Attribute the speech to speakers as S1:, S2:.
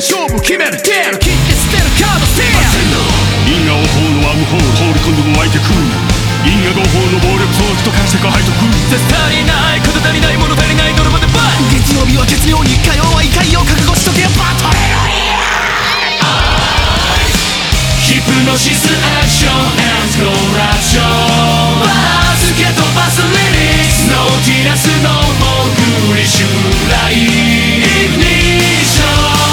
S1: 勝負決めるテール切って捨てるカードテ
S2: 因果応報のワームホール放り込んでも湧いてくる因果合法の暴力装置と化してか背徳
S1: ール絶対足りないこと足りない物足りない泥棒でバイ月曜日は月曜に火曜は怒りを覚悟しとけよバトルヒプノシスアクションアンスコラッシ